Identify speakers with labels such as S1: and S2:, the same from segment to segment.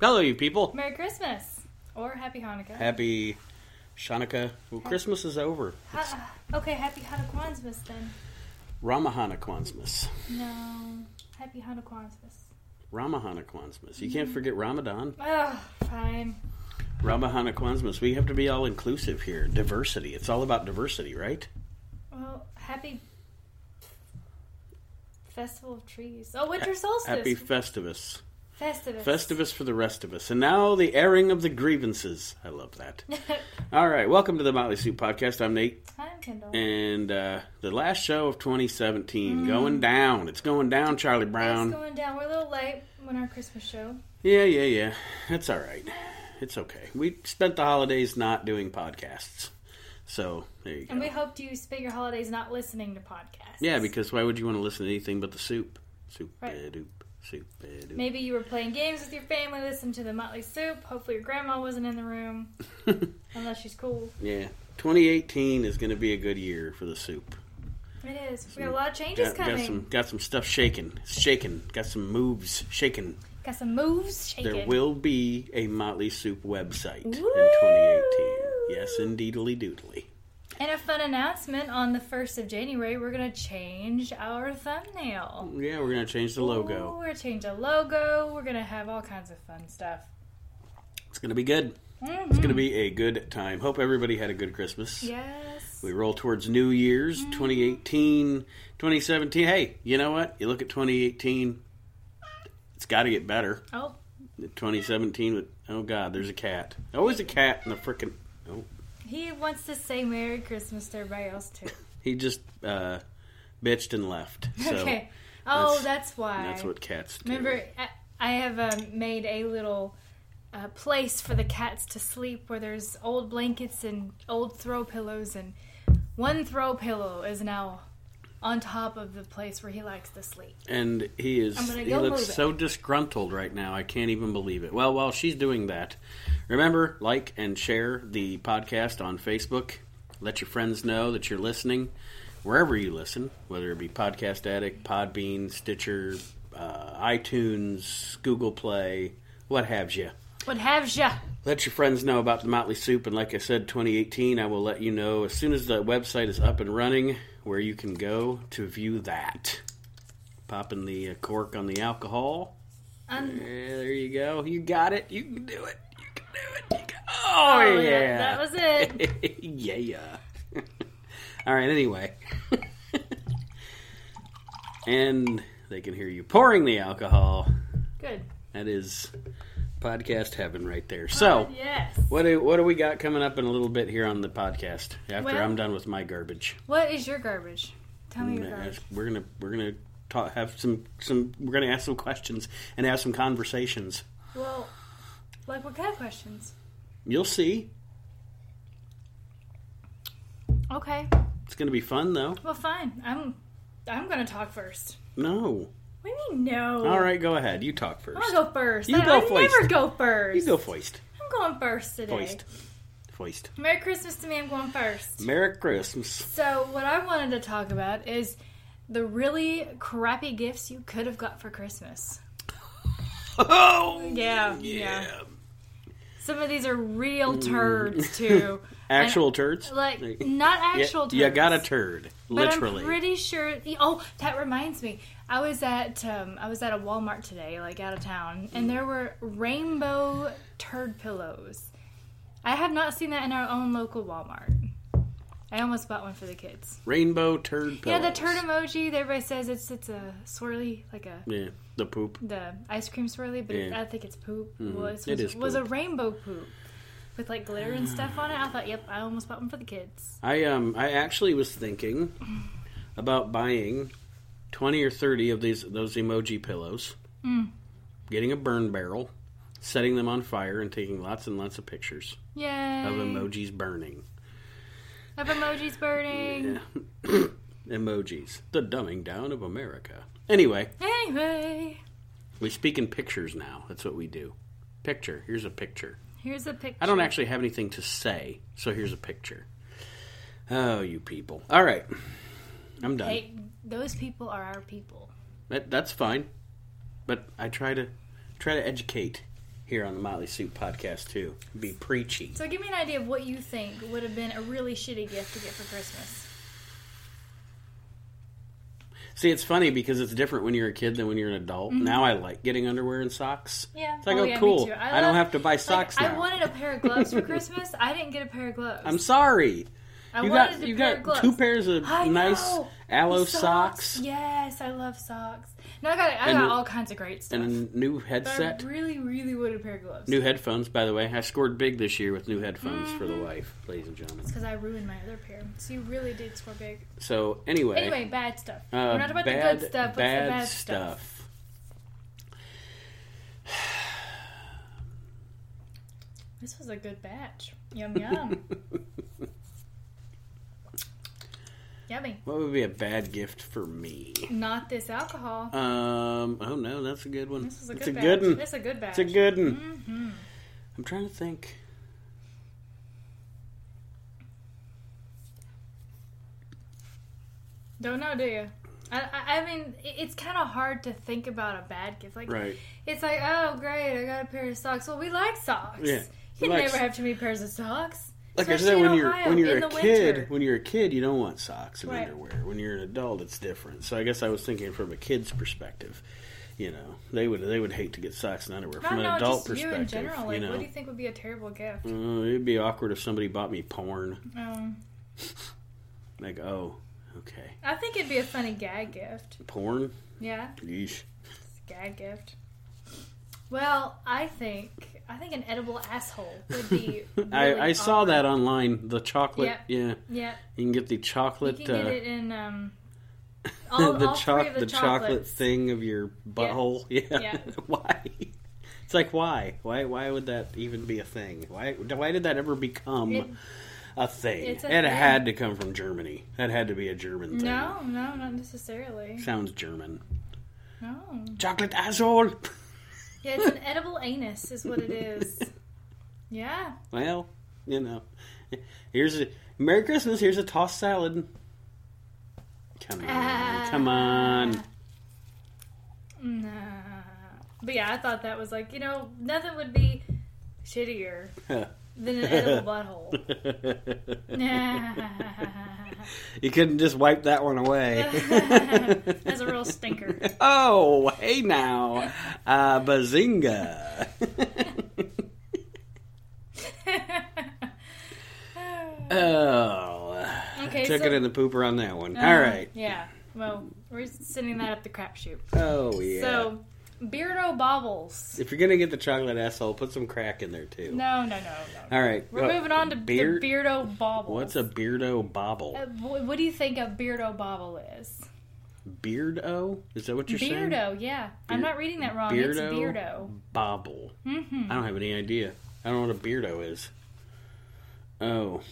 S1: Hello, you people.
S2: Merry Christmas or Happy Hanukkah.
S1: Happy Shanaka. Well, Christmas is over. It's
S2: Ha- Ah, okay, Happy Hanukkahsmas then.
S1: Ramahana Kwansmas.
S2: No, Happy Hanukkahsmas.
S1: Ramahana Kwansmas. You can't forget Ramadan.
S2: Oh, fine.
S1: Ramahana Kwansmas. We have to be all inclusive here. Diversity. It's all about diversity, right?
S2: Well, Happy Festival of Trees. Oh, Winter Solstice.
S1: Happy Festivus.
S2: Festivus.
S1: Festivus for the rest of us. And now the airing of the grievances. I love that. All right. Welcome to the Motley Soup Podcast. I'm Nate.
S2: Time Kindle.
S1: And uh, the last show of 2017.
S2: Mm-hmm.
S1: Going down. It's going down, Charlie Brown.
S2: It's going down. We're a little late on our Christmas show.
S1: Yeah, yeah, yeah. That's all right. It's okay. We spent the holidays not doing podcasts. So, there you go.
S2: And we hoped you spent your holidays not listening to podcasts.
S1: yeah, because why would you want to listen to anything but the soup? Soup, eh,
S2: Right.
S1: doop, soup, eh, doop.
S2: Maybe you were playing games with your family, listened to the Motley Soup. Hopefully, your grandma wasn't in the room, unless she's cool.
S1: yeah. 2018 is going to be a good year for the soup.
S2: It is. We got a lot of changes
S1: Got,
S2: coming.
S1: got some got some stuff shaking. It's shaking. Got some moves shaking.
S2: Got some moves. Shake
S1: There
S2: it.
S1: will be a Motley Soup website in
S2: Woo!
S1: 2018. Yes, indeedly doodly.
S2: And a fun announcement on the 1st of January, we're going to change our thumbnail.
S1: Yeah, we're going to change the logo.
S2: Ooh, we're going to change the logo. We're going to have all kinds of fun stuff.
S1: It's going to be good.
S2: Mhm.
S1: It's going to be a good time. Hope everybody had a good Christmas.
S2: Yes. Mm-hmm.
S1: We roll towards New Year's 2018, 2017. Hey, you know what? You look at 2018, it's got to get better.
S2: Oh,
S1: 2017, with, oh God, there's a cat. Always a cat in the frickin'. Oh,
S2: he wants to say Merry Christmas to everybody else, too.
S1: he just uh, bitched and left. So
S2: okay. Oh,
S1: that's-
S2: that's, why.
S1: that's what cats do.
S2: Remember, I, I have um, made a little uh, place for the cats to sleep where there's old blankets and old throw pillows, and one throw pillow is now on top of the place where he likes to sleep.
S1: And he is
S2: I'm gonna
S1: he
S2: go
S1: looks
S2: move it.
S1: so disgruntled right now. I can't even believe it. Well, while she's doing that, remember like and share the podcast on Facebook. Let your friends know that you're listening wherever you listen, whether it be Podcast Addict, Podbean, Stitcher, uh, iTunes, Google Play, what have you.
S2: What have ya?
S1: Let your friends know about the Motley Soup, and like I said, 2018, I will let you know as soon as the website is up and running where you can go to view that. Popping the uh, cork on the alcohol.
S2: Um,
S1: Yeah, there you go. You got it. You can do it. You can do it. You can...
S2: oh,
S1: Oh,
S2: yeah,
S1: yeah.
S2: that was it.
S1: yeah, yeah. All right, anyway. and they can hear you pouring the alcohol.
S2: Good.
S1: That is podcast heaven right there. So.
S2: Yes.
S1: Oh. What do, what do we got coming up in a little bit here on the podcast after
S2: Well-
S1: I'm done with my garbage?
S2: What is your garbage? Tell me
S1: I'm
S2: your
S1: gonna
S2: garbage.
S1: ask- We're gonna we're gonna talk, have some some we're gonna ask some questions and have some conversations.
S2: Well, like what kind of questions?
S1: You'll see.
S2: Okay.
S1: It's gonna be fun though.
S2: Well, fine. I'm I'm gonna talk first.
S1: No.
S2: What do you mean no?
S1: All right, go ahead. You talk first.
S2: I'm gonna go first.
S1: You
S2: I,
S1: go
S2: I
S1: first.
S2: never go first.
S1: You go foist.
S2: I'm going first today.
S1: Foist. Foist.
S2: Merry Christmas to me. I'm going first.
S1: Merry Christmas.
S2: So what I wanted to talk about is the really crappy gifts you could have got for Christmas.
S1: Oh
S2: Yeah, yeah. Some of these are real turds too.
S1: Actual turds.
S2: Like
S1: Yeah,
S2: not actual turds.
S1: You got a turd,
S2: But
S1: literally.
S2: I'm pretty sure. Oh, that reminds me. I was at um, I was at a Walmart today, like out of town,
S1: Mm.
S2: and there were rainbow turd pillows. I have not seen that in our own local Walmart. I almost bought one for the kids.
S1: Rainbow turd.
S2: Yeah, the
S1: pillows.
S2: turd emoji. that Everybody says it's it's a swirly, like a
S1: Yeah, the poop.
S2: the ice cream swirly, but it-
S1: Yeah. Mm-hmm.
S2: I think it's poop. Well, it's,
S1: It
S2: it
S1: is
S2: was a
S1: poop.
S2: rainbow poop with like glitter and stuff on it. I thought, yep, I almost bought one for the kids.
S1: I um I actually was thinking about buying twenty or thirty of these those emoji pillows,
S2: Mm.
S1: getting a burn barrel, setting them on fire, and taking lots and lots of pictures
S2: Yay!
S1: of emojis burning.
S2: Of emojis burning.
S1: Emojis, the dumbing down of America. Anyway,
S2: Anyway,
S1: we speak in pictures now. That's what we do. Picture. Here's a picture.
S2: here's a picture.
S1: I don't actually have anything to say, so here's a picture. Oh, you people! All right, I'm done.
S2: Hey, those people are our people.
S1: That, that's fine, but I try to try to educate here on the Motley Suit podcast too. Be preachy.
S2: So give me an idea of what you think would have been a really shitty gift to get for Christmas.
S1: See, it's funny because it's different when you're a kid than when you're an adult. Now I like getting underwear and socks.
S2: Mm-hmm. Yeah.
S1: It's like,
S2: Oh,
S1: oh,
S2: yeah, me
S1: cool.
S2: too. I
S1: I,
S2: love-
S1: don't have to buy socks
S2: like,
S1: now.
S2: I wanted a pair of gloves for Christmas. I didn't get a pair of gloves.
S1: I'm sorry.
S2: I
S1: you
S2: wanted
S1: got
S2: a
S1: you
S2: pair
S1: got
S2: of gloves.
S1: two pairs of
S2: I
S1: nice
S2: know.
S1: aloe
S2: Socks.
S1: socks,
S2: Yes, I love socks. No, I got I
S1: And-
S2: got all kinds of great stuff.
S1: and a new
S2: but
S1: headset.
S2: I really, really wanted a pair of gloves.
S1: New headphones, by the way. I scored big this year with new headphones for
S2: Mm-hmm.
S1: the wife, ladies and gentlemen.
S2: Because I ruined my other pair. So you really did score big.
S1: So anyway,
S2: Anyway, bad stuff.
S1: uh,
S2: We're not about
S1: bad,
S2: the good stuff. What's
S1: bad
S2: the bad
S1: stuff.
S2: stuff? This was a good batch. Yum yum. Yummy.
S1: What would be a bad gift for me?
S2: Not this alcohol.
S1: Um. Oh no, that's a good one.
S2: This is a
S1: It's
S2: good batch.
S1: one.
S2: This is a good batch.
S1: It's a good one.
S2: hmm
S1: I'm trying to think.
S2: Don't know, do you? I, I, I mean, it- it's kind of hard to think about a bad gift. Like,
S1: Right.
S2: it's like, oh, great, I got a pair of socks. Well, we like socks.
S1: Yeah. We
S2: You can
S1: like
S2: never
S1: s-
S2: have too many pairs of socks.
S1: Like I
S2: Especially
S1: said,
S2: in
S1: when you're
S2: Ohio,
S1: when you're
S2: in
S1: a
S2: the
S1: kid,
S2: winter.
S1: when you're a kid, you don't want socks and
S2: Right.
S1: underwear. When you're an adult, it's different. So I guess I was thinking from a kid's perspective. You know, they would they would hate to get socks and underwear.
S2: No,
S1: from an
S2: no,
S1: adult
S2: just you
S1: perspective,
S2: in general. Like,
S1: you know,
S2: what do you think would be a terrible gift?
S1: Uh, it'd be awkward if somebody bought me porn.
S2: Um,
S1: Like, oh, okay,
S2: I think it'd be a funny gag gift.
S1: porn.
S2: Yeah,
S1: Yeesh.
S2: it's a gag gift. Well, I think I think an edible asshole would be. really
S1: I, I saw
S2: awkward.
S1: that online. The chocolate,
S2: Yeah.
S1: yeah,
S2: Yeah,
S1: you can get the
S2: you
S1: chocolate,
S2: can get
S1: uh,
S2: it in um, all,
S1: the,
S2: all
S1: choc-
S2: three of the,
S1: the chocolate
S2: chocolates.
S1: thing of your butthole. Yeah.
S2: Yeah.
S1: why? It's like why? Why? Why would that even be a thing? Why? Why did that ever become
S2: It-
S1: a thing?
S2: it's a
S1: it
S2: thing.
S1: had to come from Germany. That had to be a German thing.
S2: No, no, not necessarily.
S1: Sounds German.
S2: No.
S1: Chocolate asshole.
S2: Yeah, it's an edible anus, is what it is. Yeah.
S1: well, you know, here's a Merry Christmas. Here's a tossed salad. Come on,
S2: Ah.
S1: come on.
S2: Nah. But yeah, I thought that was like, you know, nothing would be shittier than an edible butthole. That's
S1: You couldn't just wipe that one away.
S2: a real stinker.
S1: oh, hey now. Uh, bazinga. oh.
S2: Okay,
S1: Took
S2: so- Uh-huh.
S1: it in the pooper on that one. All right.
S2: Uh, Yeah. Well, we're sending that up the crapshoot.
S1: Oh, yeah.
S2: So, Beardo Bobbles.
S1: if you're going to get the chocolate asshole, put some crack in there, too.
S2: No, no, no, no.
S1: All right.
S2: We're
S1: Uh,
S2: moving on to
S1: beard-
S2: the Beardo Bobble.
S1: What's a beardo bobble?
S2: Uh, wh- what do you think a Beardo Bobble is?
S1: Beardo? Is that what you're saying?
S2: Beardo, yeah. I'm
S1: Beard-
S2: not reading that wrong. It's
S1: Beardo
S2: Beardo. Mm-hmm.
S1: bobble. I don't have any idea. I don't know what a beardo is. Oh.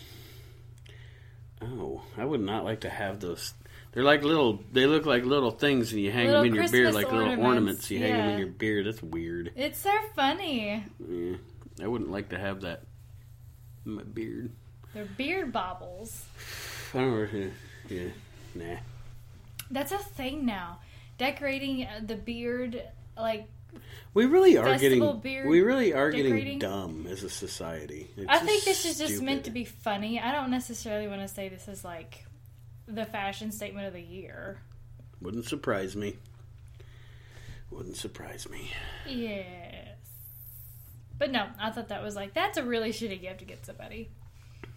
S1: Oh, I would not like to have those. They're like little. They look like little things, and you hang
S2: Little
S1: them in your beard
S2: Christmas
S1: like little
S2: ornaments,
S1: ornaments. You hang them in
S2: yeah.
S1: your beard. That's weird.
S2: It's so funny.
S1: Yeah. I wouldn't like to have that in my beard.
S2: They're beard bobbles.
S1: I don't. know. Yeah. Nah.
S2: That's a thing now. Decorating uh, the beard, like
S1: We really are
S2: Festival
S1: getting.
S2: beard
S1: we really are getting
S2: decorating?
S1: dumb as a society. It's
S2: I think this is just
S1: stupid.
S2: meant to be funny. I don't necessarily want to say this is like the fashion statement of the year.
S1: Wouldn't surprise me. Wouldn't surprise me.
S2: Yes. But no, I thought that was like that's a really shitty gift to get somebody.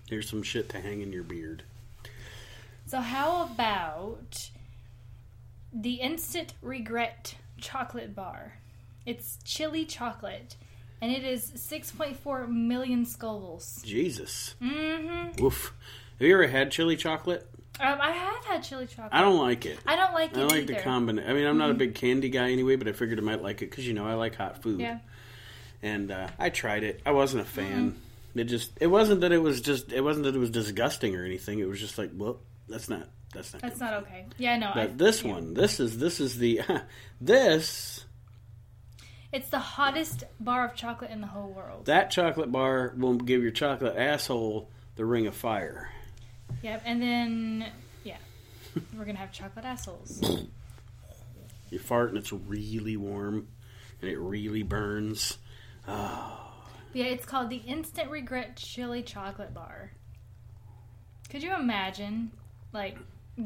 S1: Here's some shit to hang in your beard.
S2: So how about the instant regret chocolate bar? It's chili chocolate, and it is 6.4 million scovilles.
S1: Jesus.
S2: Mm-hmm.
S1: Woof. Have you ever had chili chocolate?
S2: Um, I have had chili chocolate.
S1: I don't like it.
S2: I don't like it
S1: I like
S2: either.
S1: the combination. I mean, I'm not
S2: Mm-hmm.
S1: a big candy guy anyway, but I figured I might like it because you know I like hot food.
S2: yeah. Mm-hmm.
S1: And uh, I tried it. I wasn't a fan. It just. It wasn't that it was just. It wasn't that it was disgusting or anything. It was just like, well, that's not. That's not.
S2: That's
S1: good.
S2: not okay. Yeah, no. I,
S1: But this one. This is. This is the. this
S2: it's the hottest bar of chocolate in the whole world.
S1: that chocolate bar will give your chocolate asshole the ring of fire.
S2: Yep. And then, yeah, we're gonna have chocolate assholes.
S1: You fart and it's really warm and it really burns.
S2: Yeah, it's called the Instant Regret Chili Chocolate Bar. Could you imagine, like,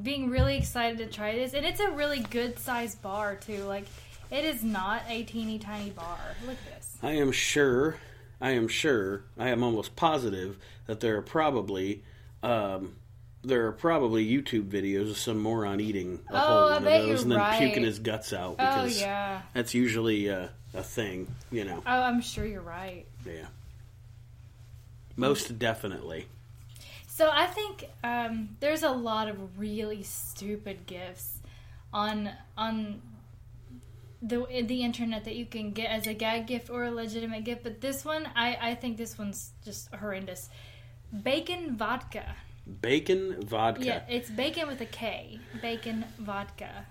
S2: being really excited to try this? And it's a really good sized bar, too. Like, it is not a teeny tiny bar. Look at this.
S1: I am sure, I am sure, I am almost positive that there are probably, um, there are probably YouTube videos of some moron eating a
S2: Oh,
S1: whole
S2: I
S1: one
S2: bet
S1: of
S2: you're
S1: those and then
S2: right.
S1: puking his guts out
S2: Oh,
S1: because
S2: yeah.
S1: that's usually uh, a thing, you know.
S2: Oh, I'm sure you're right.
S1: Yeah. Most definitely.
S2: So I think um, there's a lot of really stupid gifts on on the the internet that you can get as a gag gift or a legitimate gift, but this one I I think this one's just horrendous. Bacon vodka.
S1: Bacon vodka.
S2: Yeah, it's bacon with a K. Bacon vodka.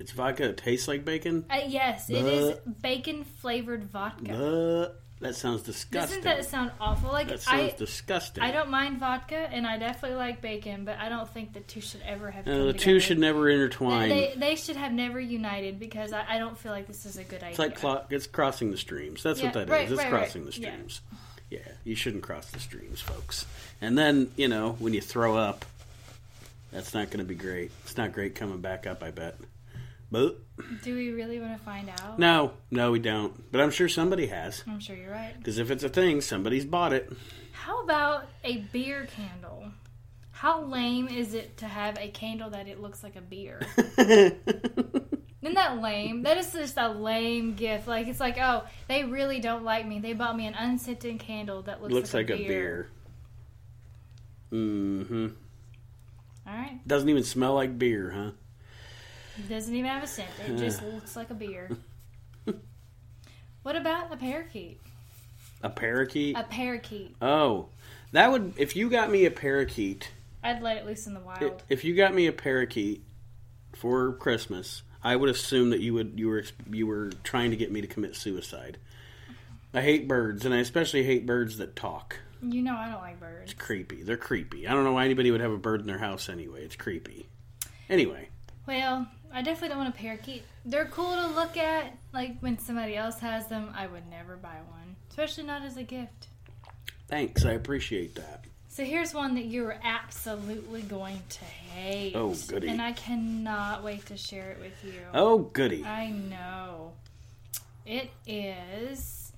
S1: It's vodka that tastes like bacon?
S2: Uh, yes, it is
S1: Bleh.
S2: bacon flavored vodka.
S1: Uh, that sounds disgusting.
S2: Doesn't that sound awful? Like
S1: That sounds
S2: I
S1: disgusting.
S2: I don't mind vodka and I definitely like bacon, but I don't think the two should ever have.
S1: Uh,
S2: come
S1: the two
S2: together.
S1: should never intertwine.
S2: They, they should have never united because I, I don't feel like this is a good idea.
S1: it's like clo- it's crossing the streams. That's what that
S2: Yeah,
S1: is.
S2: right,
S1: It's
S2: right, right.
S1: crossing the
S2: Yeah.
S1: streams. Yeah. you shouldn't cross the streams, folks. And then you know when you throw up, that's not going to be great. It's not great coming back up. I bet. But
S2: Do we really want to find out?
S1: no, no, we don't. But I'm sure somebody has
S2: I'm sure you're right.
S1: because if it's a thing, somebody's bought it.
S2: How about a beer candle? How lame is it to have a candle that it looks like a beer? Isn't that lame? That is just a lame gift. Like it's like, oh, they really don't like me. They bought me an unscented candle that looks,
S1: Looks
S2: like, a beer.
S1: beer. Mm-hmm.
S2: All right,
S1: Doesn't even smell like beer, huh?
S2: it doesn't even have a scent. It just looks like a beer. what about a parakeet?
S1: A parakeet.
S2: A parakeet.
S1: oh, that would if you got me a parakeet.
S2: I'd let it loose in the wild.
S1: If you got me a parakeet for Christmas, I would assume that you would you were you were trying to get me to commit suicide. I hate birds, and I especially hate birds that talk.
S2: You know I don't like birds.
S1: Creepy. They're creepy. I don't know why anybody would have a bird in their house anyway. It's creepy. Anyway,
S2: Well, I definitely don't want a parakeet. They're cool to look at. Like when somebody else has them, I would never buy one, especially not as a gift.
S1: thanks. I appreciate that.
S2: So here's one that you're absolutely going to hate.
S1: Oh, goody.
S2: And I cannot wait to share it with you.
S1: Oh, goody.
S2: I know. It is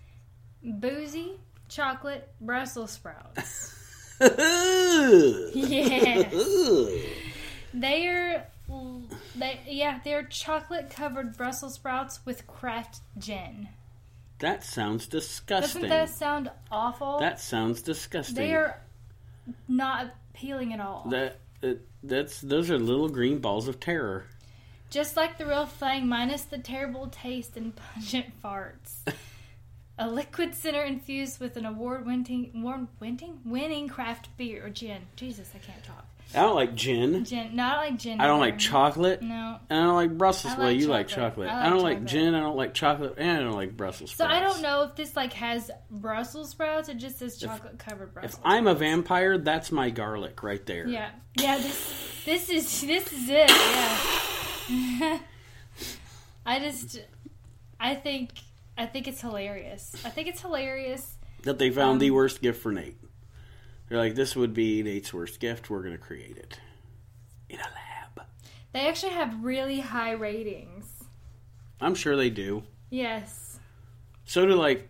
S2: boozy chocolate Brussels sprouts. Uh, yeah. They're they yeah, they're chocolate covered Brussels sprouts with craft gin.
S1: that sounds disgusting.
S2: Doesn't that sound awful?
S1: That sounds disgusting.
S2: they are not appealing at all.
S1: That it, that's those are little green balls of terror.
S2: Just like the real thing, minus the terrible taste and pungent farts. A liquid center infused with an award-winning, warm, winning, winning craft beer or gin. Jesus, I can't talk.
S1: I don't like gin.
S2: Gin, not like gin.
S1: I don't
S2: either.
S1: like chocolate.
S2: No,
S1: And I don't like Brussels.
S2: I
S1: well,
S2: like
S1: you like
S2: chocolate.
S1: chocolate.
S2: I
S1: I,
S2: like
S1: don't like
S2: chocolate.
S1: gin. I don't like chocolate, and I don't like Brussels
S2: So
S1: sprouts.
S2: I don't know if this like has Brussels sprouts or just says chocolate covered Brussels.
S1: If I'm a vampire, that's my garlic right there.
S2: yeah, yeah. This this is this is it. Yeah. I just I think I think it's hilarious. I think it's hilarious.
S1: That they found the
S2: Um,
S1: worst gift for Nate. They're like, this would be Nate's worst gift. We're gonna create it in a lab.
S2: They actually have really high ratings.
S1: I'm sure they do.
S2: Yes.
S1: So do like,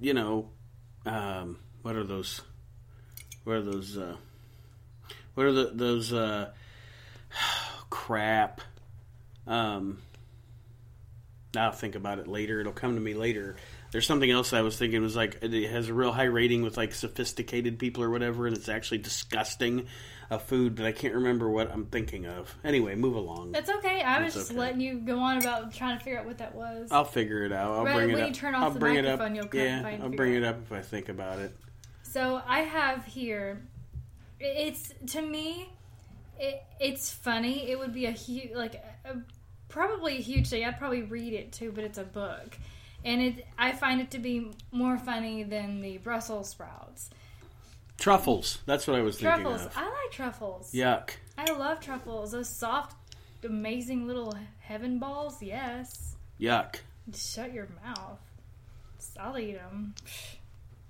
S1: you know, um, what are those? What are those? Uh, what are the, those? Uh, crap. Um, I'll think about it later. It'll come to me later. There's something else I was thinking was like it has a real high rating with like sophisticated people or whatever, and it's actually disgusting a food, but I can't remember what I'm thinking of. Anyway, move along.
S2: That's okay. I was
S1: That's
S2: just
S1: okay.
S2: letting you go on about trying to figure out what that was.
S1: I'll figure it out. I'll
S2: Right,
S1: bring it
S2: when
S1: up.
S2: you turn off
S1: I'll
S2: the
S1: bring it up.
S2: microphone, you'll come
S1: yeah,
S2: find-
S1: I'll
S2: figure
S1: bring
S2: it
S1: it up if I think about it.
S2: So I have here. It's to me, it, it's funny. It would be a huge, like, a, a- probably a huge thing. I'd probably read it too, but it's a book, and it. I find it to be more funny than the Brussels sprouts.
S1: Truffles. That's what I was thinking
S2: Truffles.
S1: of.
S2: I like truffles.
S1: Yuck.
S2: I love truffles. Those soft, amazing little heaven balls. Yes.
S1: Yuck.
S2: Shut your mouth. I'll eat them.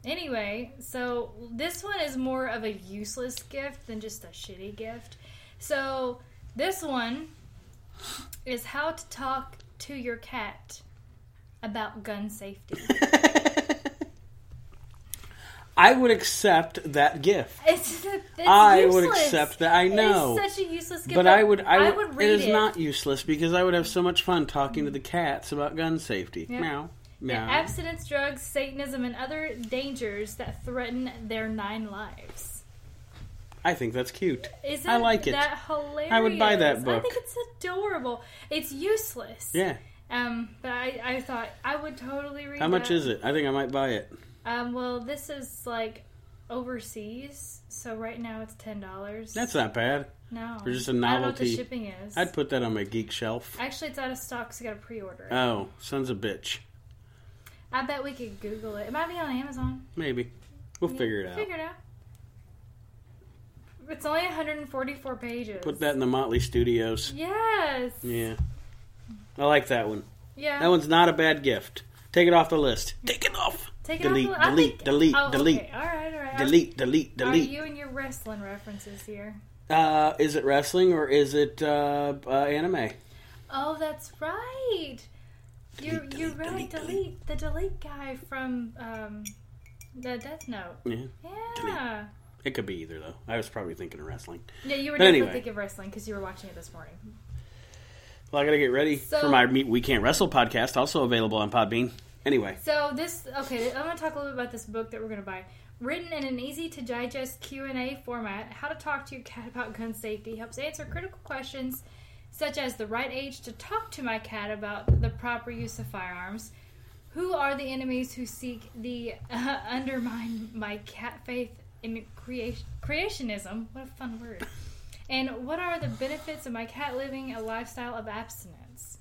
S2: Anyway, so this one is more of a useless gift than just a shitty gift. So this one is how to talk to your cat about gun safety.
S1: I would accept that gift.
S2: It's, it's
S1: I would
S2: useless.
S1: accept that. I know.
S2: It's such a useless gift.
S1: But I would, I would,
S2: read Mm-hmm.
S1: it is not useless because I would have so much fun talking to the cats about gun safety.
S2: Yeah.
S1: Meow,
S2: The
S1: meow.
S2: abstinence, drugs, Satanism, and other dangers that threaten their nine lives.
S1: I think that's cute.
S2: Isn't
S1: I like it.
S2: that hilarious?
S1: I would buy that
S2: I
S1: book.
S2: think it's adorable. It's useless.
S1: Yeah.
S2: Um, but I, I thought I would totally read
S1: How much
S2: that.
S1: is it? I think I might buy it.
S2: Um, well, this is like overseas, so right now it's ten dollars.
S1: That's not bad.
S2: no,
S1: for just a
S2: I don't know what the
S1: novelty.
S2: shipping is.
S1: I'd put that on my geek shelf.
S2: Actually, it's out of stock, so you gotta pre-order. it.
S1: Oh, son's a bitch.
S2: I bet we could Google it. It might be on Amazon.
S1: Maybe. We'll
S2: Yeah,
S1: figure it out.
S2: Figure it out. It's only 144 pages.
S1: Put that in the Motley Studios.
S2: Yes.
S1: Yeah. I like that one.
S2: Yeah.
S1: That one's not a bad gift. Take it off the list. Take it off.
S2: Take it
S1: delete,
S2: off the, I
S1: delete,
S2: think-
S1: delete,
S2: oh,
S1: delete,
S2: Okay. All right. All right.
S1: delete, delete,
S2: Are
S1: delete.
S2: you and your wrestling references here?
S1: Uh, is it wrestling or is it uh, uh, anime?
S2: Oh, that's right. You're
S1: Delete,
S2: you're
S1: delete, delete,
S2: right. Delete, the delete guy from um, the Death Note.
S1: Yeah.
S2: Yeah.
S1: It could be either though. I was probably thinking of wrestling.
S2: Yeah, you were
S1: But
S2: definitely
S1: anyway.
S2: thinking of wrestling because you were watching it this morning.
S1: Well, I gotta get ready
S2: So-
S1: for my Meet We Can't Wrestle podcast, also available on Podbean. Anyway,
S2: So this okay, I'm going to talk a little bit about this book that we're going to buy. Written in an easy to digest Q&A format, How to Talk to Your Cat About Gun Safety helps answer critical questions such as the right age to talk to my cat about the proper use of firearms. Who are the enemies who seek the uh, undermine my cat faith in creation, creationism? What a fun word. And what are the benefits of my cat living a lifestyle of abstinence?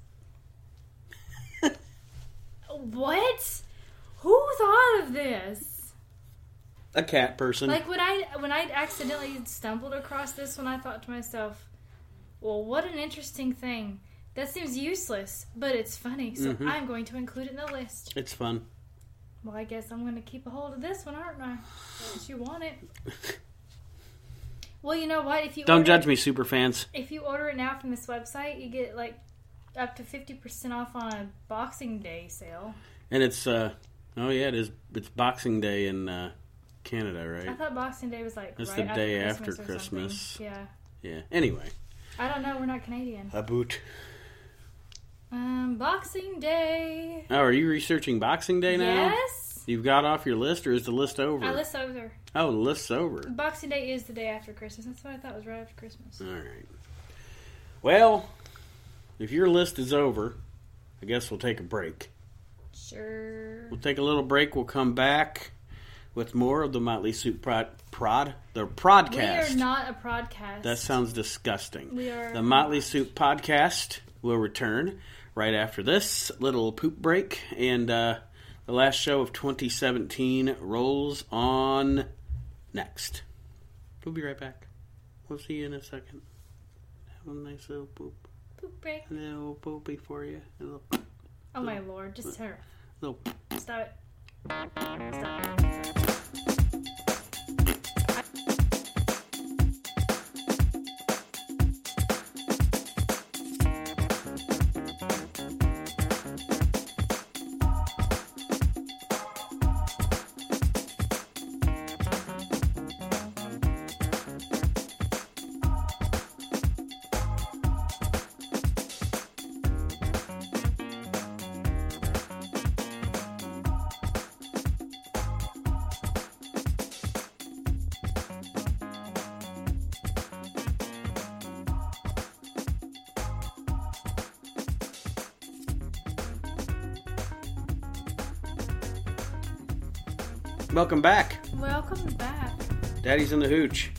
S2: What? Who thought of this?
S1: a cat person.
S2: Like when I when I accidentally stumbled across this one, I thought to myself, "Well, what an interesting thing. That seems useless, but it's funny, so
S1: Mhm.
S2: I'm going to include it in the list."
S1: it's fun.
S2: Well, I guess I'm going to keep a hold of this one, aren't I? Since you want it. Well, you know what? If you
S1: Don't
S2: order,
S1: judge me, super fans.
S2: If you order it now from this website, you get like up to fifty percent off on a Boxing Day sale.
S1: And it's uh, oh yeah, it is. It's Boxing Day in uh, Canada,
S2: I
S1: right?
S2: thought Boxing Day was like
S1: It's
S2: right
S1: the day
S2: after
S1: after
S2: Christmas. or something.
S1: Christmas.
S2: Yeah.
S1: Yeah. Anyway,
S2: I don't know. We're not Canadian.
S1: a boot.
S2: Um, Boxing Day.
S1: Oh, are you researching Boxing Day now?
S2: Yes.
S1: You've got off your list, or is the list over?
S2: I list over.
S1: oh, the list's over.
S2: Boxing Day is the day after Christmas. That's what I thought was right after Christmas.
S1: All right. Well, if your list is over, I guess we'll take a break.
S2: Sure.
S1: We'll take a little break. We'll come back with more of the Motley Suit Prod, prod the
S2: We are
S1: Prodcast.
S2: not a podcast.
S1: that sounds disgusting.
S2: We are
S1: the Motley Suit Podcast will return right after this little poop break. And uh, the last show of 2017 rolls on next. We'll be right back. We'll see you in a second. Have a nice little poop.
S2: Poop break.
S1: A little poopy for you. A little,
S2: Oh my
S1: Mm.
S2: lord! Just her.
S1: little
S2: Stop it. Stop it. Stop it.
S1: Welcome back.
S2: Welcome back.
S1: Daddy's in the hooch.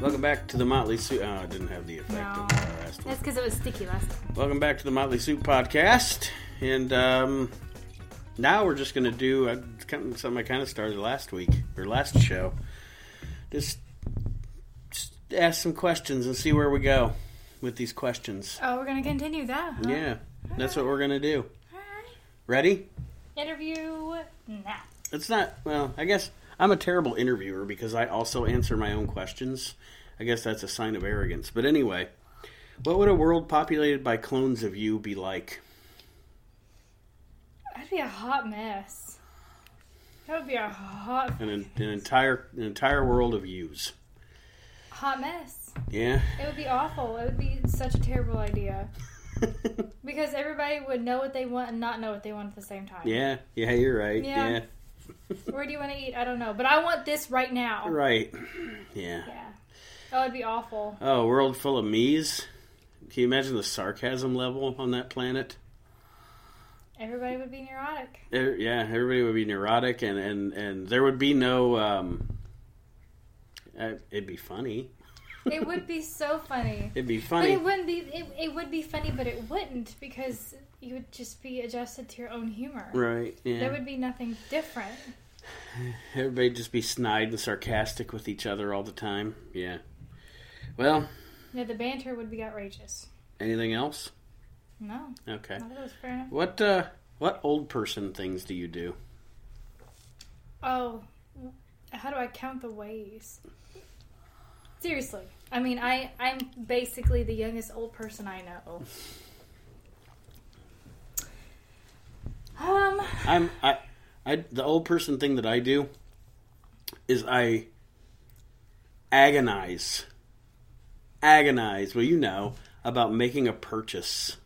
S1: Welcome back to the Motley Suit. Oh, I didn't have the effect
S2: No.
S1: of the last one.
S2: That's because it was sticky last time.
S1: Welcome back to the Motley Suit podcast. And um, now we're just going to do uh, it's kind of something I kind of started last week or last show. Just, just ask some questions and see where we go with these questions.
S2: Oh, we're gonna continue that. Huh?
S1: Yeah, that's what we're going to do.
S2: All
S1: Ready?
S2: Interview now.
S1: It's not, well, I guess I'm a terrible interviewer because I also answer my own questions. I guess that's a sign of arrogance. But anyway, what would a world populated by clones of you be like?
S2: That'd be a hot mess. That would be a hot,
S1: An, an entire an entire world of yous.
S2: hot mess.
S1: Yeah.
S2: It would be awful. It would be such a terrible idea because everybody would know what they want and not know what they want at the same time.
S1: yeah. Yeah, you're right.
S2: Yeah.
S1: Yeah.
S2: Where do you want to eat? I don't know, but I want this right now.
S1: Right. Yeah.
S2: Yeah. That would be awful.
S1: Oh, a world full of me's? Can you imagine the sarcasm level on that planet?
S2: Everybody would be neurotic.
S1: There- yeah, everybody would be neurotic, and and and there would be no. um uh, It'd be funny.
S2: It would be so funny.
S1: It'd be
S2: But
S1: funny.
S2: it wouldn't be. It, it would be funny, but it wouldn't because you would just be adjusted to your own humor.
S1: Right. Yeah.
S2: There would be nothing different.
S1: Everybody just be snide and sarcastic with each other all the time. Yeah. Well,
S2: Yeah, the banter would be outrageous.
S1: anything else?
S2: No,
S1: Okay.
S2: none of those fair enough.
S1: What uh what old person things do you do?
S2: Oh, how do I count the ways? Seriously, I mean, I I'm basically the youngest old person I know. Um,
S1: I'm I I the old person thing that I do is I agonize agonize, well you know, about making a purchase.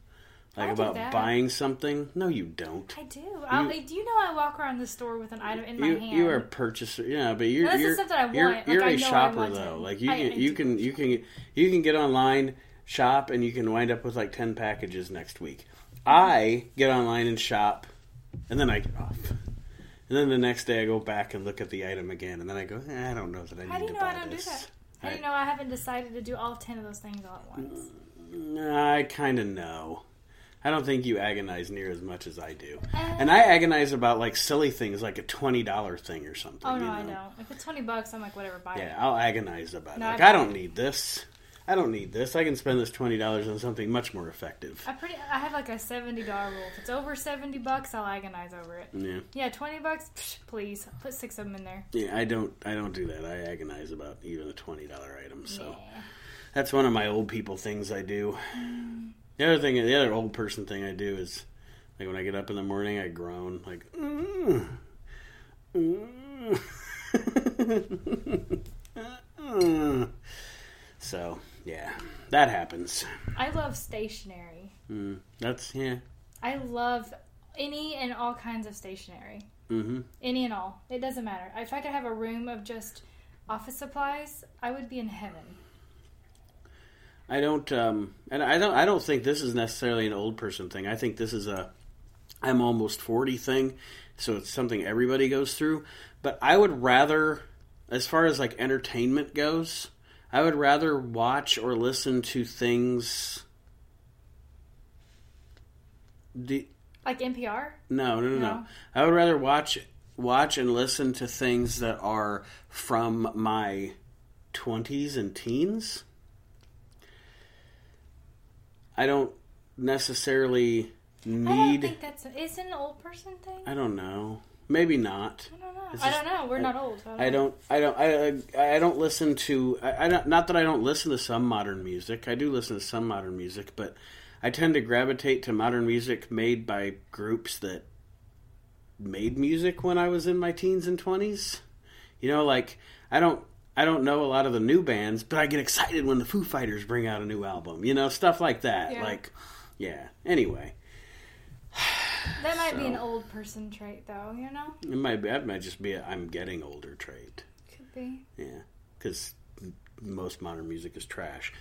S1: Like
S2: I do
S1: about
S2: that.
S1: buying something? No, you don't.
S2: I do. I, do you know I walk around the store with an item in my
S1: you,
S2: hand?
S1: you are a purchaser, yeah, but you're
S2: Unless it's
S1: you're,
S2: stuff that I
S1: you're,
S2: want, like,
S1: you're
S2: I
S1: a
S2: know I
S1: shopper
S2: want it.
S1: though. Like you
S2: I-
S1: can
S2: I
S1: you
S2: do.
S1: can you can you can get online, shop, and you can wind up with like ten packages next week. I get online and shop, and then I get off. And then the next day I go back and look at the item again, and then I go, "Eh, I don't know that I need
S2: How do you
S1: to
S2: know
S1: buy
S2: I don't do
S1: this.
S2: that? How do you know I haven't decided to do all ten of those things all at
S1: Mm,
S2: once?
S1: I kind of know. I don't think you agonize near as much as I do.
S2: Uh,
S1: and I agonize about like silly things, like a twenty dollar thing or something.
S2: Oh
S1: you
S2: no, I know. If it's twenty bucks, I'm like whatever, buy
S1: Yeah,
S2: it.
S1: I'll agonize about
S2: No,
S1: it. Like,
S2: I-
S1: I don't need this. I don't need this. I can spend this twenty dollars on something much more effective.
S2: I pretty, I have like a seventy dollar rule. If it's over seventy bucks, I'll agonize over it.
S1: Yeah,
S2: Yeah, twenty bucks, psh, please put six of them in there.
S1: yeah. I don't. I don't do that. I agonize about even a twenty dollar item. So
S2: Yeah.
S1: that's one of my old people things I do.
S2: Mm.
S1: The other thing, the other old person thing I do is like when I get up in the morning, I groan like. Mm, mm." so yeah, that happens.
S2: I love stationery.
S1: Mm, that's yeah.
S2: I love any and all kinds of stationery.
S1: Mm-hmm.
S2: Any and all. It doesn't matter. If I could have a room of just office supplies, I would be in heaven.
S1: I don't, um, and I don't. I don't think this is necessarily an old person thing. I think this is a I'm almost forty thing, so it's something everybody goes through. But I would rather, as far as like entertainment goes, I would rather watch or listen to things. Do,
S2: Like NPR.
S1: no, no, no, no.
S2: No.
S1: I would rather watch watch and listen to things that are from my 20s and teens. I don't necessarily need
S2: I don't think that's it's an old person thing.
S1: I don't know. Maybe not.
S2: I don't know.
S1: It's
S2: I
S1: just-
S2: don't know. We're
S1: I-
S2: not old. so
S1: I don't. I don't. I. I I don't listen to. I, I don't. Not that I don't listen to some modern music. I do listen to some modern music, but I tend to gravitate to modern music made by groups that made music when I was in my teens and twenties. You know, like I don't. I don't know a lot of the new bands, but I get excited when the Foo Fighters bring out a new album. You know, stuff like that.
S2: Yeah.
S1: Like, yeah. Anyway,
S2: That might be an
S1: So-
S2: old person trait, though. You know,
S1: it might. That might just be. A, I'm getting older trait.
S2: could be.
S1: Yeah, because most modern music is trash.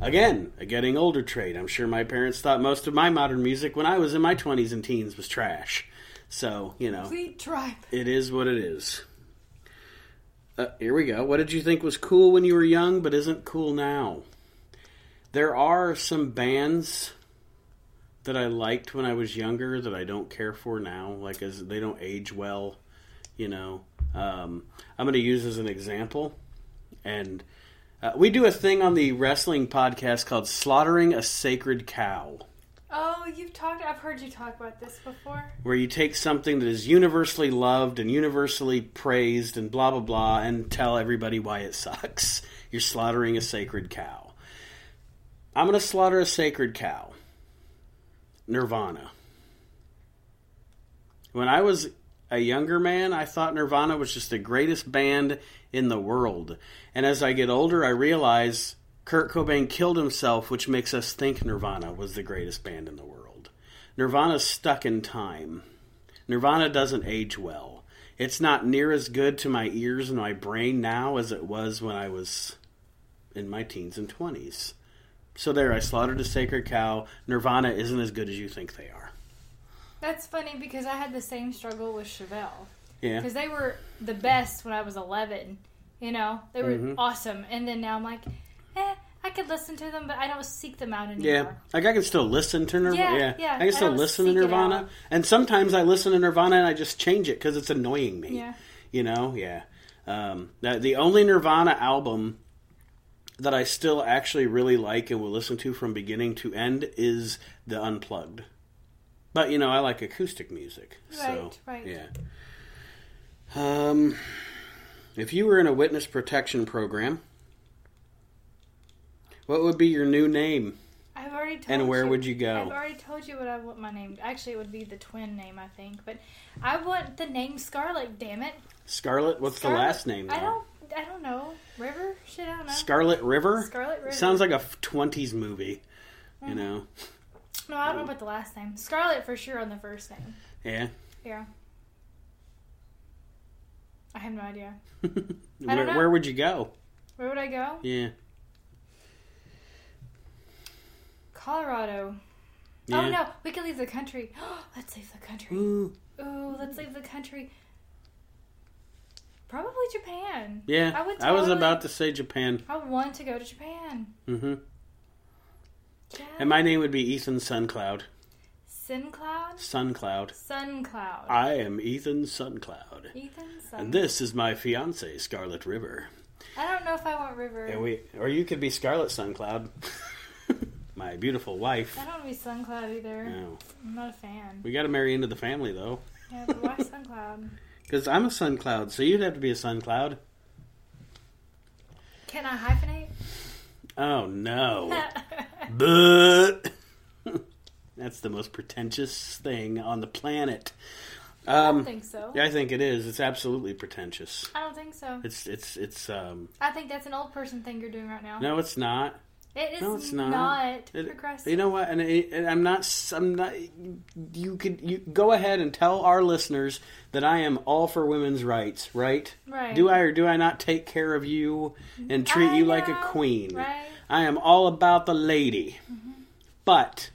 S1: Again, a getting older trait. I'm sure my parents thought most of my modern music when I was in my 20s and teens was trash. So, you know,
S2: Sweet tribe.
S1: it is what it is. Uh, here we go. What did you think was cool when you were young but isn't cool now? There are some bands that I liked when I was younger that I don't care for now, like as they don't age well, you know. Um, I'm going to use as an example, and uh, we do a thing on the wrestling podcast called "Slaughtering a Sacred Cow."
S2: Oh Oh, you've talked. I've heard you talk about this before.
S1: where you take something that is universally loved and universally praised and blah blah blah and tell everybody why it sucks. You're slaughtering a sacred cow. I'm going to slaughter a sacred cow. Nirvana. When I was a younger man, I thought Nirvana was just the greatest band in the world. And as I get older, I realize Kurt Cobain killed himself, which makes us think Nirvana was the greatest band in the world. Nirvana's stuck in time. Nirvana doesn't age well. It's not near as good to my ears and my brain now as it was when I was in my teens and 20s. So there, I slaughtered a sacred cow. Nirvana isn't as good as you think they are.
S2: That's funny because I had the same struggle with Chevelle.
S1: Yeah.
S2: because they were the best when I was 11. You know, they were
S1: Mhm.
S2: awesome. And then now I'm like, eh, I could listen to them, but I don't seek them out anymore.
S1: Yeah, like I can still listen to Nirvana. Yeah,
S2: Yeah, yeah,
S1: I can
S2: I
S1: still
S2: don't
S1: listen to
S2: seek it
S1: Nirvana,
S2: out.
S1: and sometimes I listen to Nirvana and I just change it because it's annoying me.
S2: Yeah.
S1: you know, yeah. Um, now, the only Nirvana album that I still actually really like and will listen to from beginning to end is the Unplugged. But you know, I like acoustic music, so
S2: Right, right.
S1: yeah. Um, if you were in a witness protection program, what would be your new name?
S2: I've already told
S1: And where
S2: you,
S1: would you go?
S2: I've already told you what I want my name. Actually, it would be the twin name, I think. But I want the name Scarlet. Damn it!
S1: Scarlet. What's
S2: Scarlet-
S1: the last name?
S2: I
S1: though?
S2: don't. I don't know. River? Shit, I don't know.
S1: Scarlet River.
S2: Scarlet River. Mm-hmm.
S1: Sounds like a f- '20s movie. You know.
S2: no, I don't know about the last name. Scarlet for sure on the first name.
S1: Yeah.
S2: Yeah. I have no idea. I
S1: Where,
S2: don't know.
S1: where would you go?
S2: Where would I go?
S1: Yeah.
S2: Colorado.
S1: yeah.
S2: Oh no, we can leave the country. let's leave the country.
S1: Ooh,
S2: Ooh, let's
S1: Hmm.
S2: leave the country. Probably Japan.
S1: yeah. I,
S2: I would
S1: was
S2: totally-
S1: about to say Japan.
S2: I want to go to Japan.
S1: hmm
S2: Yeah.
S1: And my name would be Ethan Suncloud.
S2: Sincloud?
S1: Suncloud.
S2: Suncloud.
S1: I am Ethan Suncloud.
S2: Ethan Sun.
S1: Ah. And this is my fiance, Scarlet River.
S2: I don't know if I want River.
S1: And we, or you could be Scarlet Suncloud, my beautiful wife.
S2: I don't want to be Suncloud either.
S1: No.
S2: I'm not a fan.
S1: We got to marry into the family though,
S2: Yeah, but why Suncloud?
S1: because I'm a Suncloud, so you'd have to be a Suncloud.
S2: Can I hyphenate?
S1: Oh no. but that's the most pretentious thing on the planet.
S2: I don't
S1: Um,
S2: think so.
S1: yeah, I think it is. It's absolutely pretentious.
S2: I don't think so.
S1: It's it's it's um
S2: I think that's an old person thing you're doing right now.
S1: no, it's not.
S2: it is
S1: No, it's not. It-
S2: progressive.
S1: You know what? And, I- and I'm not. s- I'm not. You could you go ahead and tell our listeners that I am all for women's rights. Right?
S2: Right.
S1: Do I or do I not take care of you and treat
S2: I
S1: you like a
S2: know,
S1: queen?
S2: right.
S1: I am all about the lady,
S2: Mm-hmm.
S1: but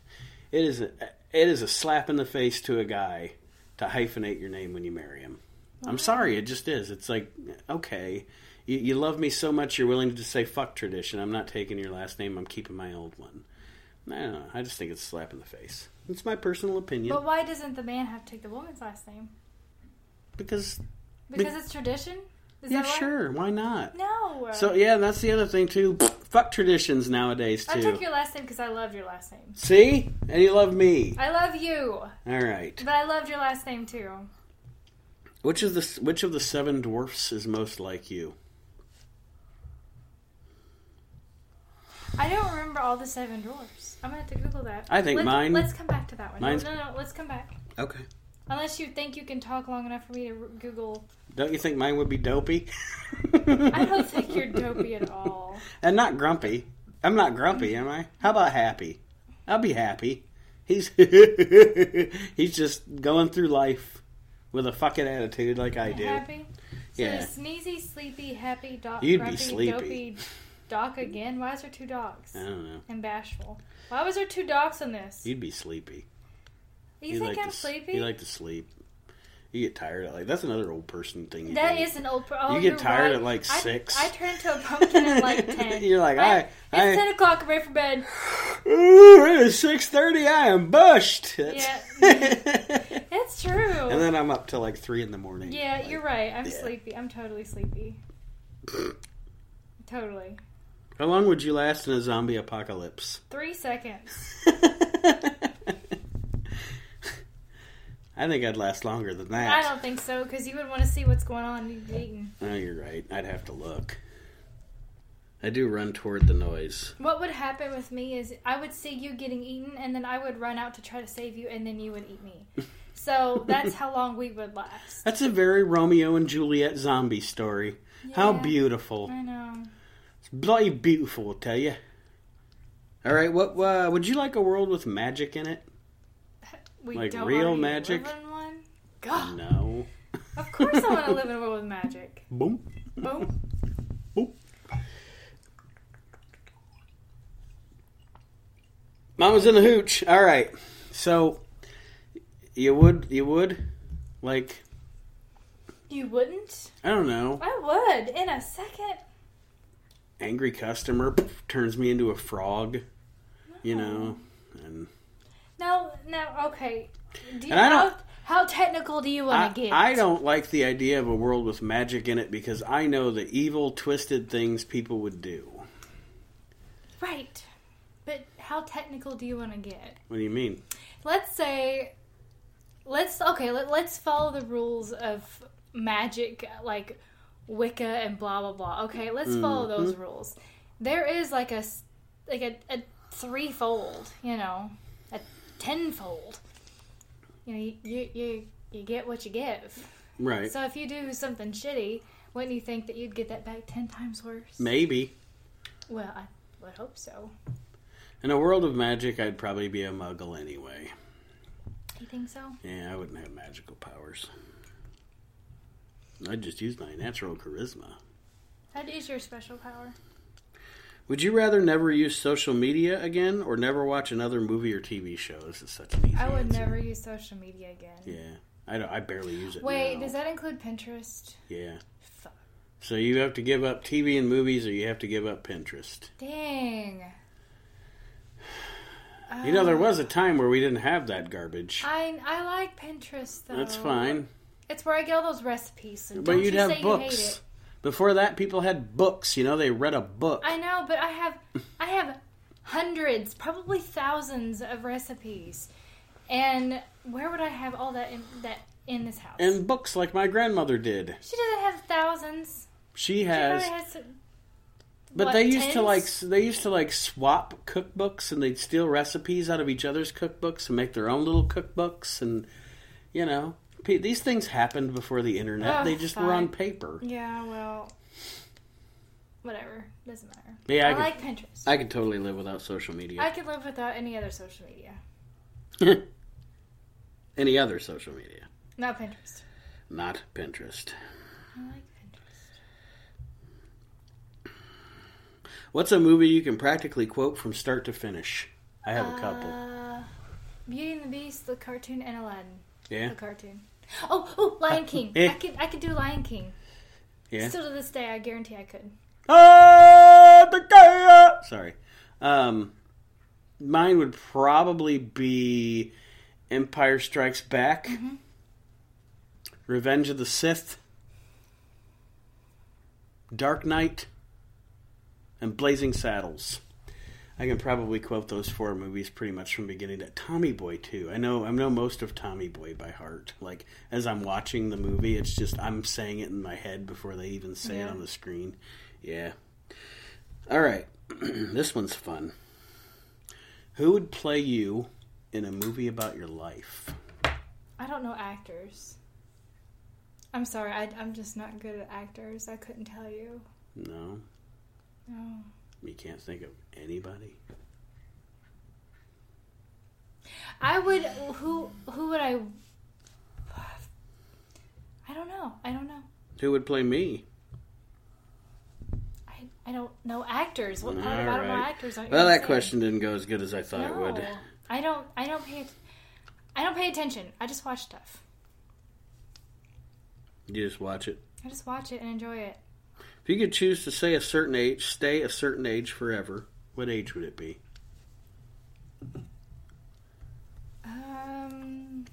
S1: it is a, it is a slap in the face to a guy to hyphenate your name when you marry him. I'm sorry, it just is. It's like okay. You, you love me so much, you're willing to just say "fuck tradition." I'm not taking your last name. I'm keeping my old one. I don't know. I just think it's a slap in the face. It's my personal opinion
S2: But why doesn't the man have to take the woman's last name?
S1: because
S2: Because it's tradition? Is
S1: yeah,
S2: that why?
S1: sure, why not?
S2: No.
S1: So yeah, that's the other thing too. Fuck traditions nowadays
S2: I
S1: too.
S2: took your last name because I loved your last name.
S1: See, and you love me.
S2: I love you,
S1: All right.
S2: but I loved your last name too.
S1: Which of the which of the seven dwarfs is most like you?
S2: I don't remember all the seven dwarfs. I'm gonna have to Google that.
S1: I think
S2: let's,
S1: mine-
S2: Let's come back to that one.
S1: mine's-
S2: No, no, no. Let's come back.
S1: Okay.
S2: Unless you think you can talk long enough for me to r- Google.
S1: Don't you think mine would be dopey?
S2: I don't think you're dopey at all.
S1: And not grumpy. I'm not grumpy, am I? How about happy? I'll be happy. He's he's just going through life with a fucking attitude like I do.
S2: Happy. So
S1: Yeah.
S2: the sneezy, sleepy, happy, doc,
S1: You'd be
S2: grumpy,
S1: sleepy.
S2: dopey, doc again. Why is there two docs?
S1: I don't know.
S2: And bashful. Why was there two docs on this?
S1: You'd be sleepy.
S2: You,
S1: like
S2: think I'm
S1: to, s-
S2: sleepy?
S1: You like to sleep. You get tired at like that's another old person thing. You
S2: That
S1: do.
S2: is an old. pro- Oh,
S1: You get
S2: you're
S1: tired
S2: right.
S1: at, like,
S2: I-
S1: six.
S2: I, turn into a pumpkin at like ten.
S1: You're like, I-
S2: it's
S1: I-
S2: ten o'clock. I'm ready for bed.
S1: Ooh, it is six thirty. I am bushed.
S2: Yeah.
S1: and
S2: It's true.
S1: then I'm up till like three in the morning.
S2: yeah,
S1: Like,
S2: you're right. I'm
S1: yeah.
S2: sleepy. I'm totally sleepy. totally.
S1: How long would you last in a zombie apocalypse?
S2: Three seconds.
S1: I think I'd last longer than
S2: I
S1: that.
S2: don't think so because you would want to see what's going on in Dayton.
S1: Oh, you're right. I'd have to look. I do run toward the noise.
S2: What would happen with me is I would see you getting eaten, and then I would run out to try to save you, and then you would eat me. So that's how long we would last.
S1: That's a very Romeo and Juliet zombie story. How
S2: Yeah.
S1: beautiful.
S2: I know.
S1: It's bloody beautiful, I tell you. All right, what uh, would you like a world with magic in it?
S2: We
S1: Like
S2: don't
S1: real
S2: wanna be
S1: magic?
S2: live in one. God,
S1: No.
S2: of course I want to live in a world with magic.
S1: Boom.
S2: Boom.
S1: Mama's in the hooch. All right. So you would you would like
S2: You wouldn't?
S1: I don't know.
S2: I would in a second.
S1: Angry customer turns me into a frog, you know, and
S2: No, no. Okay. Do you,
S1: And I
S2: how,
S1: don't-
S2: how technical do you
S1: I,
S2: want to get?
S1: I don't like the idea of a world with magic in it because I know the evil, twisted things people would do.
S2: Right. But how technical do you want to get?
S1: What do you mean?
S2: Let's say, let's okay. Let, let's follow the rules of magic, like Wicca and blah blah blah. Okay, let's follow
S1: Mm-hmm.
S2: those rules. There is like a s- like a, a threefold, you know, a tenfold. You know, you you you, you get what you give.
S1: Right.
S2: So if you do something shitty, wouldn't you think that you'd get that back ten times worse?
S1: Maybe.
S2: Well, I would hope so.
S1: In a world of magic, I'd probably be a muggle anyway.
S2: You think so?
S1: Yeah, I wouldn't have magical powers. I'd just use my natural charisma.
S2: That is your special power.
S1: Would you rather never use social media again or never watch another movie or TV show? This is such an easy
S2: I would
S1: answer.
S2: never use social media again.
S1: Yeah. I, don't, I barely use it.
S2: Wait,
S1: now.
S2: does that include Pinterest?
S1: Yeah.
S2: Fuck.
S1: So you have to give up TV and movies or you have to give up Pinterest.
S2: Dang. Um,
S1: You know, there was a time where we didn't have that garbage.
S2: Uh, I I like Pinterest though.
S1: That's fine.
S2: It's where I get all those recipes. So
S1: But
S2: don't
S1: you'd
S2: you
S1: have
S2: say You hate
S1: books.
S2: it.
S1: Before that, people had books. You know, they read a book.
S2: I know, but I have I have hundreds, probably thousands of recipes. And where would I have all that in that in this house?
S1: And books like my grandmother did.
S2: she doesn't have thousands.
S1: She
S2: She
S1: has.
S2: probably has some-
S1: but
S2: what,
S1: they used to
S2: tens?
S1: like s- they used to like swap cookbooks and they'd steal recipes out of each other's cookbooks and make their own little cookbooks and you know pe- these things happened before the internet.
S2: Oh,
S1: they just were on
S2: fine.
S1: paper.
S2: Yeah, well, whatever. Doesn't matter.
S1: Yeah, I
S2: I,
S1: could-
S2: like Pinterest. I,
S1: I could totally live without social media.
S2: could live without any other social media.
S1: Any other social media,
S2: Not Pinterest.
S1: not Pinterest.
S2: I like Pinterest.
S1: What's a movie you can practically quote from start to finish? I have a couple.
S2: Uh, Beauty and the Beast, the cartoon, and Aladdin,
S1: Yeah,
S2: the cartoon. Oh, oh, Lion King.
S1: eh.
S2: I could, I could do Lion King.
S1: yeah.
S2: Still to this day, I guarantee I could.
S1: Oh, the guy- Sorry. Um, mine would probably be Empire Strikes Back, Revenge of the Sith, Dark Knight, and Blazing Saddles. I can probably quote those four movies pretty much from beginning to Tommy Boy too. I know I know most of Tommy Boy by heart. Like as I'm watching the movie, it's just I'm saying it in my head before they even say it
S2: Yeah.
S1: on the screen. Yeah. All right. this one's fun. Who would play you in a movie about your life?
S2: I don't know actors. I'm sorry. I, I'm just not good at actors. I couldn't tell you.
S1: No,
S2: No.
S1: you can't think of anybody.
S2: I would. Who? Who would I? I don't know. I don't know.
S1: Who would play me?
S2: I, I don't know actors. What part
S1: All
S2: about know
S1: right.
S2: actors? Aren't you
S1: Well, that
S2: saying?
S1: question didn't go as good as I thought it would.
S2: No. I don't. I don't pay. att- I don't pay attention. I just watch stuff.
S1: You just watch it.
S2: I just watch it and enjoy it.
S1: If you could choose to say a certain age, stay a certain age forever, what age would it be?
S2: Um,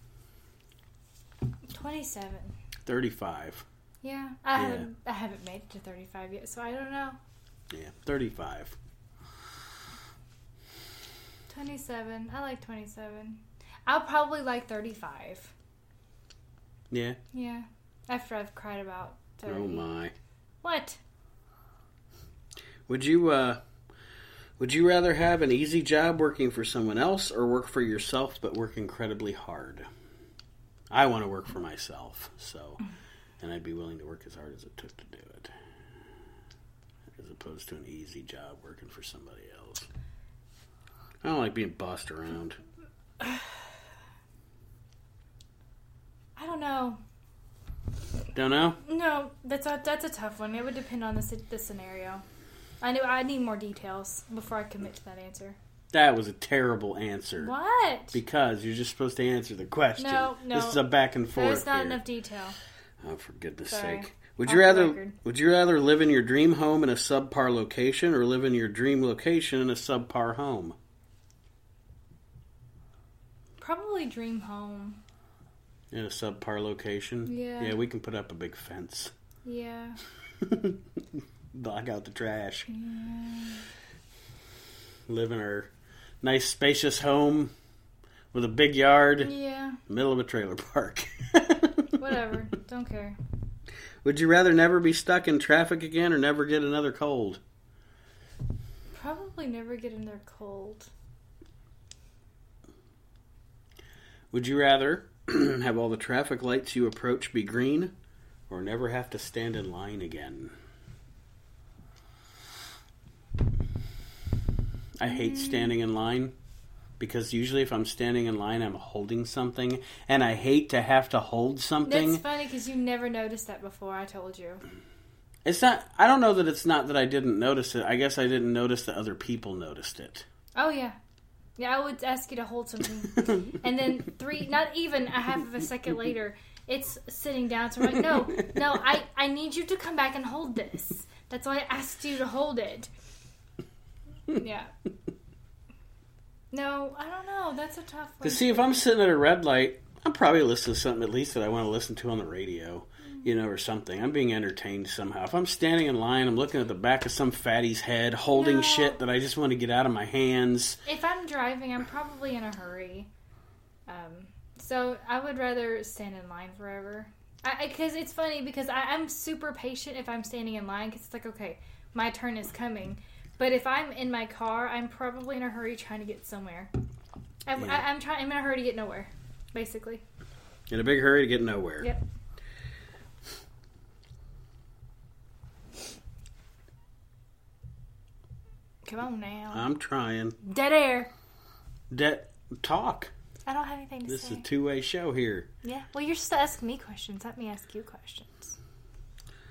S2: twenty-seven.
S1: 35.
S2: Yeah, I
S1: Yeah.
S2: haven't. I haven't made it to thirty-five yet, so I don't know.
S1: Yeah, 35.
S2: Twenty-seven. I like twenty-seven. I'll probably like thirty-five.
S1: Yeah.
S2: Yeah. After I've cried about 30.
S1: Oh my.
S2: What?
S1: Would you uh would you rather have an easy job working for someone else or work for yourself but work incredibly hard? I want to work for myself, so and I'd be willing to work as hard as it took to do it. As opposed to an easy job working for somebody else. I don't like being bossed around.
S2: I don't know.
S1: Don't know?
S2: No, that's a, that's a tough one. It would depend on the, si- the scenario. I know I need more details before I commit to that answer.
S1: That was a terrible answer.
S2: What?
S1: Because you're just supposed to answer the question.
S2: No, no.
S1: This is a back and forth.
S2: There's not
S1: here.
S2: enough detail.
S1: Oh, for goodness
S2: Sorry.
S1: sake. Would
S2: Off
S1: you
S2: the
S1: rather
S2: record.
S1: would you rather live in your dream home in a subpar location or live in your dream location in a subpar home?
S2: Probably dream home.
S1: In a subpar location?
S2: Yeah.
S1: Yeah, we can put up a big fence.
S2: Yeah.
S1: Block out the trash. Live in our nice spacious home with a big yard,
S2: Yeah.
S1: middle of a trailer park.
S2: Whatever. Don't care.
S1: Would you rather never be stuck in traffic again or never get another cold?
S2: Probably never get in there cold.
S1: Would you rather have all the traffic lights you approach be green or never have to stand in line again? I hate standing in line because usually if I'm standing in line, I'm holding something, and I hate to have to hold something.
S2: That's funny because you never noticed that before. I told you.
S1: It's not, I don't know that it's not that I didn't notice it. I guess I didn't notice that other people noticed it.
S2: Oh yeah, yeah. I would ask you to hold something, and then three, not even a half of a second later, it's sitting down. So I'm like, no, no. I I need you to come back and hold this. That's why I asked you to hold it. Yeah. No, I don't know. That's a tough one.
S1: Because see, if I'm sitting at a red light, I'm probably listening to something at least that I want to listen to on the radio, you know, or something. I'm being entertained somehow. If I'm standing in line, I'm looking at the back of some fatty's head, holding
S2: No.
S1: shit that I just want to get out of my hands.
S2: If I'm driving, I'm probably in a hurry. Um, so I would rather stand in line forever. I Because it's funny because I, I'm super patient if I'm standing in line because it's like, okay, my turn is coming. But if I'm in my car, I'm probably in a hurry trying to get somewhere. I'm,
S1: Yeah.
S2: I, I'm trying. I'm in a hurry to get nowhere, basically.
S1: In a big hurry to get nowhere.
S2: Yep. Come on now.
S1: I'm trying.
S2: Dead air.
S1: De- talk.
S2: I don't have anything to
S1: This is
S2: say.
S1: a two way show here.
S2: Yeah. Well, you're just asking me questions. Let me ask you questions.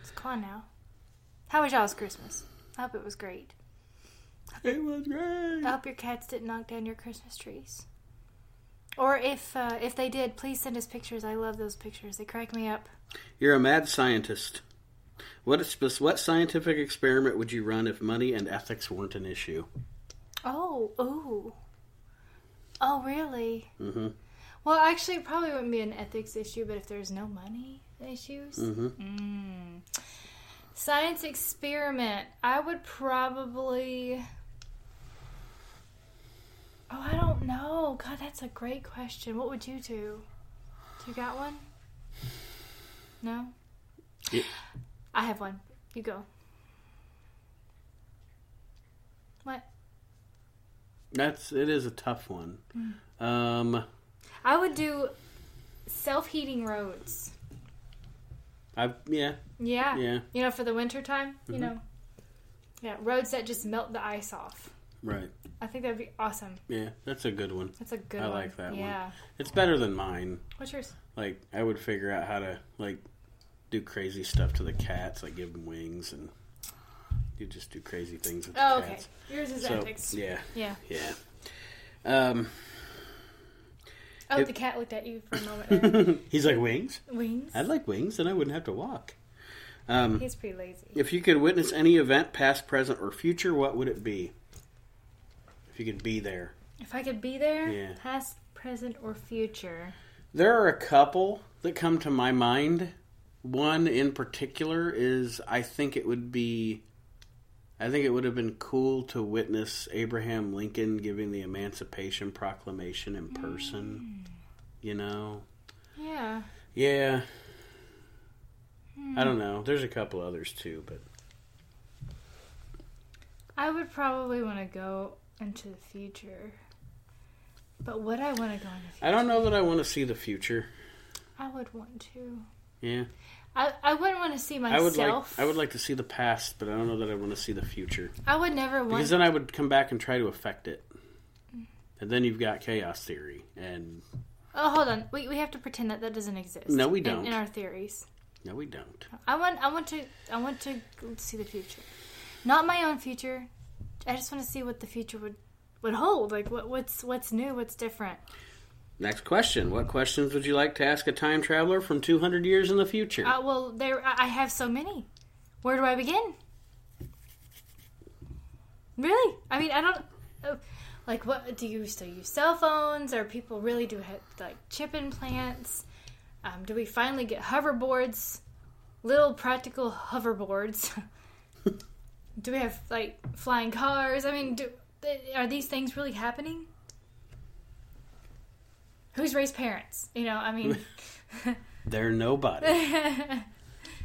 S2: So come on now. How was y'all's Christmas? I hope it was great.
S1: It was great.
S2: I hope your cats didn't knock down your Christmas trees. Or if uh, if they did, please send us pictures. I love those pictures. They crack me up.
S1: You're a mad scientist. What, is, what scientific experiment would you run if money and ethics weren't an issue?
S2: Oh, ooh. Oh, really?
S1: Mm-hmm.
S2: Well, actually, it probably wouldn't be an ethics issue, but if there's no money issues, mm. science experiment, I would probably. Oh, I don't know. God, that's a great question. What would you do? Do you got one? No.
S1: Yeah.
S2: I have one. You go. What?
S1: That's it is a tough one. Um,
S2: I would do self heating roads.
S1: I yeah
S2: Yeah.
S1: yeah
S2: You know, for the winter time, you
S1: Mm-hmm.
S2: know. Yeah, roads that just melt the ice off.
S1: right
S2: I think that'd be awesome.
S1: yeah that's a good one.
S2: That's a good
S1: I
S2: one.
S1: like that one.
S2: yeah.
S1: It's better than mine.
S2: What's yours?
S1: Like I would figure out how to like do crazy stuff to the cats, like give them wings and you just do crazy things with the
S2: Oh, okay.
S1: cats.
S2: Yours is
S1: So
S2: ethics.
S1: yeah
S2: Yeah.
S1: yeah. Um,
S2: Oh,
S1: It-
S2: the cat looked at you for a moment. there.
S1: Um, he's like wings.
S2: Wings.
S1: I'd like wings, and I wouldn't have to walk. Um,
S2: He's pretty lazy.
S1: If you could witness any event, past, present, or future, what would it be? If you could be there.
S2: If I could be there,
S1: Yeah.
S2: past, present, or future.
S1: There are a couple that come to my mind. One in particular is I think it would be I think it would have been cool to witness Abraham Lincoln giving the Emancipation Proclamation in person. You know,
S2: Yeah.
S1: Yeah. I don't know. There's a couple others too, but
S2: I would probably want to go into the future. But would I want to go in the future?
S1: I don't know that I want to see the future.
S2: I would want to.
S1: Yeah.
S2: I, I wouldn't want to see
S1: I would like
S2: myself.
S1: I would like to see the past, but I don't know that I want to see the future.
S2: I would never
S1: Because
S2: want.
S1: then I would come back and try to affect it. And then you've got chaos theory and
S2: oh, hold on. We, we have to pretend that that doesn't exist.
S1: No, we
S2: in-
S1: don't.
S2: In, our theories,
S1: no we don't.
S2: I want I want to I want to see the future, not my own future. I just want to see what the future would would hold. Like what what's what's new, what's different.
S1: Next question. What questions would you like to ask a time traveler from 200 years in the future?
S2: Uh, well, there I I have so many. Where do I begin? Really? I mean, I don't. uh, Like, what do you still use cell phones? Or people really do have like chip implants? Um, do we finally get hoverboards? Little practical hoverboards. do we have like flying cars? I mean, do, are these things really happening? Who's raised parents? You know, I mean,
S1: They're nobody.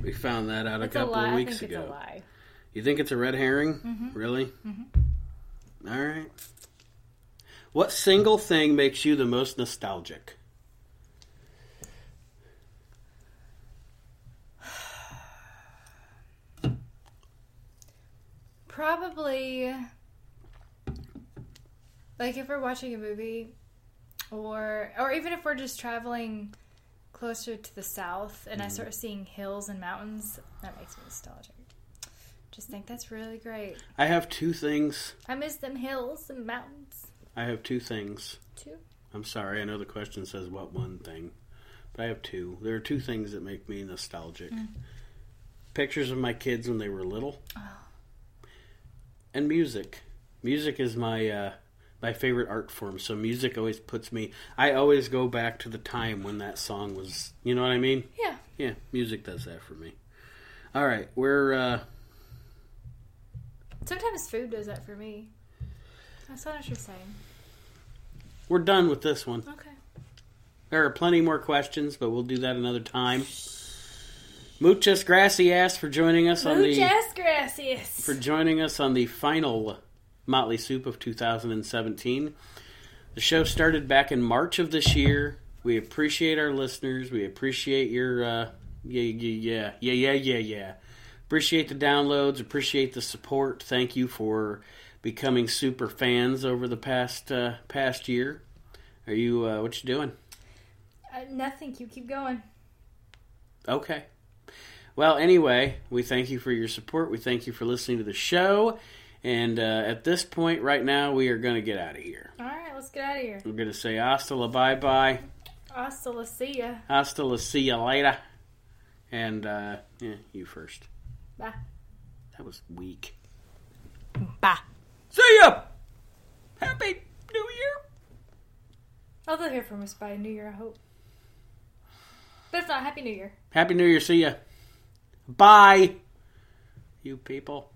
S1: we found that out a
S2: it's a
S1: couple
S2: lie.
S1: of
S2: I
S1: weeks
S2: think
S1: ago.
S2: it's a lie.
S1: You think it's a red herring? Really? Mm-hmm. right. What single thing makes you the most nostalgic?
S2: Probably, like if we're watching a movie, or or even if we're just traveling closer to the south, and
S1: Mm-hmm.
S2: I start seeing hills and mountains, that makes me nostalgic. Just think that's really great.
S1: I have two things.
S2: I miss them hills and mountains
S1: I have two things.
S2: too.
S1: I'm sorry. I know the question says what one thing, but I have two. There are two things that make me nostalgic. Pictures of my kids when they were little, and music. Music is my uh, my favorite art form. So music always puts me. I always go back to the time when that song was. You know what I mean?
S2: Yeah.
S1: Yeah, music does that for me. All right, we're uh,
S2: Sometimes food does that for me. That's not what you're saying.
S1: we're done with this one.
S2: Okay.
S1: There are plenty more questions, but we'll do that another time. Muchas gracias for joining us on the
S2: Muchas gracias.
S1: for joining us on the final Motley Soup of 2017. The show started back in March of this year. We appreciate our listeners. We appreciate your uh, yeah yeah yeah yeah yeah yeah yeah. Appreciate the downloads. Appreciate the support. Thank you for becoming super fans over the past uh, past year. Are you uh, what you doing?
S2: uh, nothing. You keep going.
S1: Okay. Well, anyway, we thank you for your support. We thank you for listening to the show. And uh, at this point, right now, we are going to get out of here.
S2: All right, let's get out of here.
S1: We're going to say hasta la bye bye,
S2: Hasta la see ya.
S1: hasta la see ya later. And uh, yeah, you first.
S2: Bye.
S1: That was weak.
S2: Bye.
S1: See ya! Happy New Year!
S2: Oh, they'll hear from us by New Year, I hope. But if not, Happy New Year.
S1: Happy New Year, see ya. Bye, you people.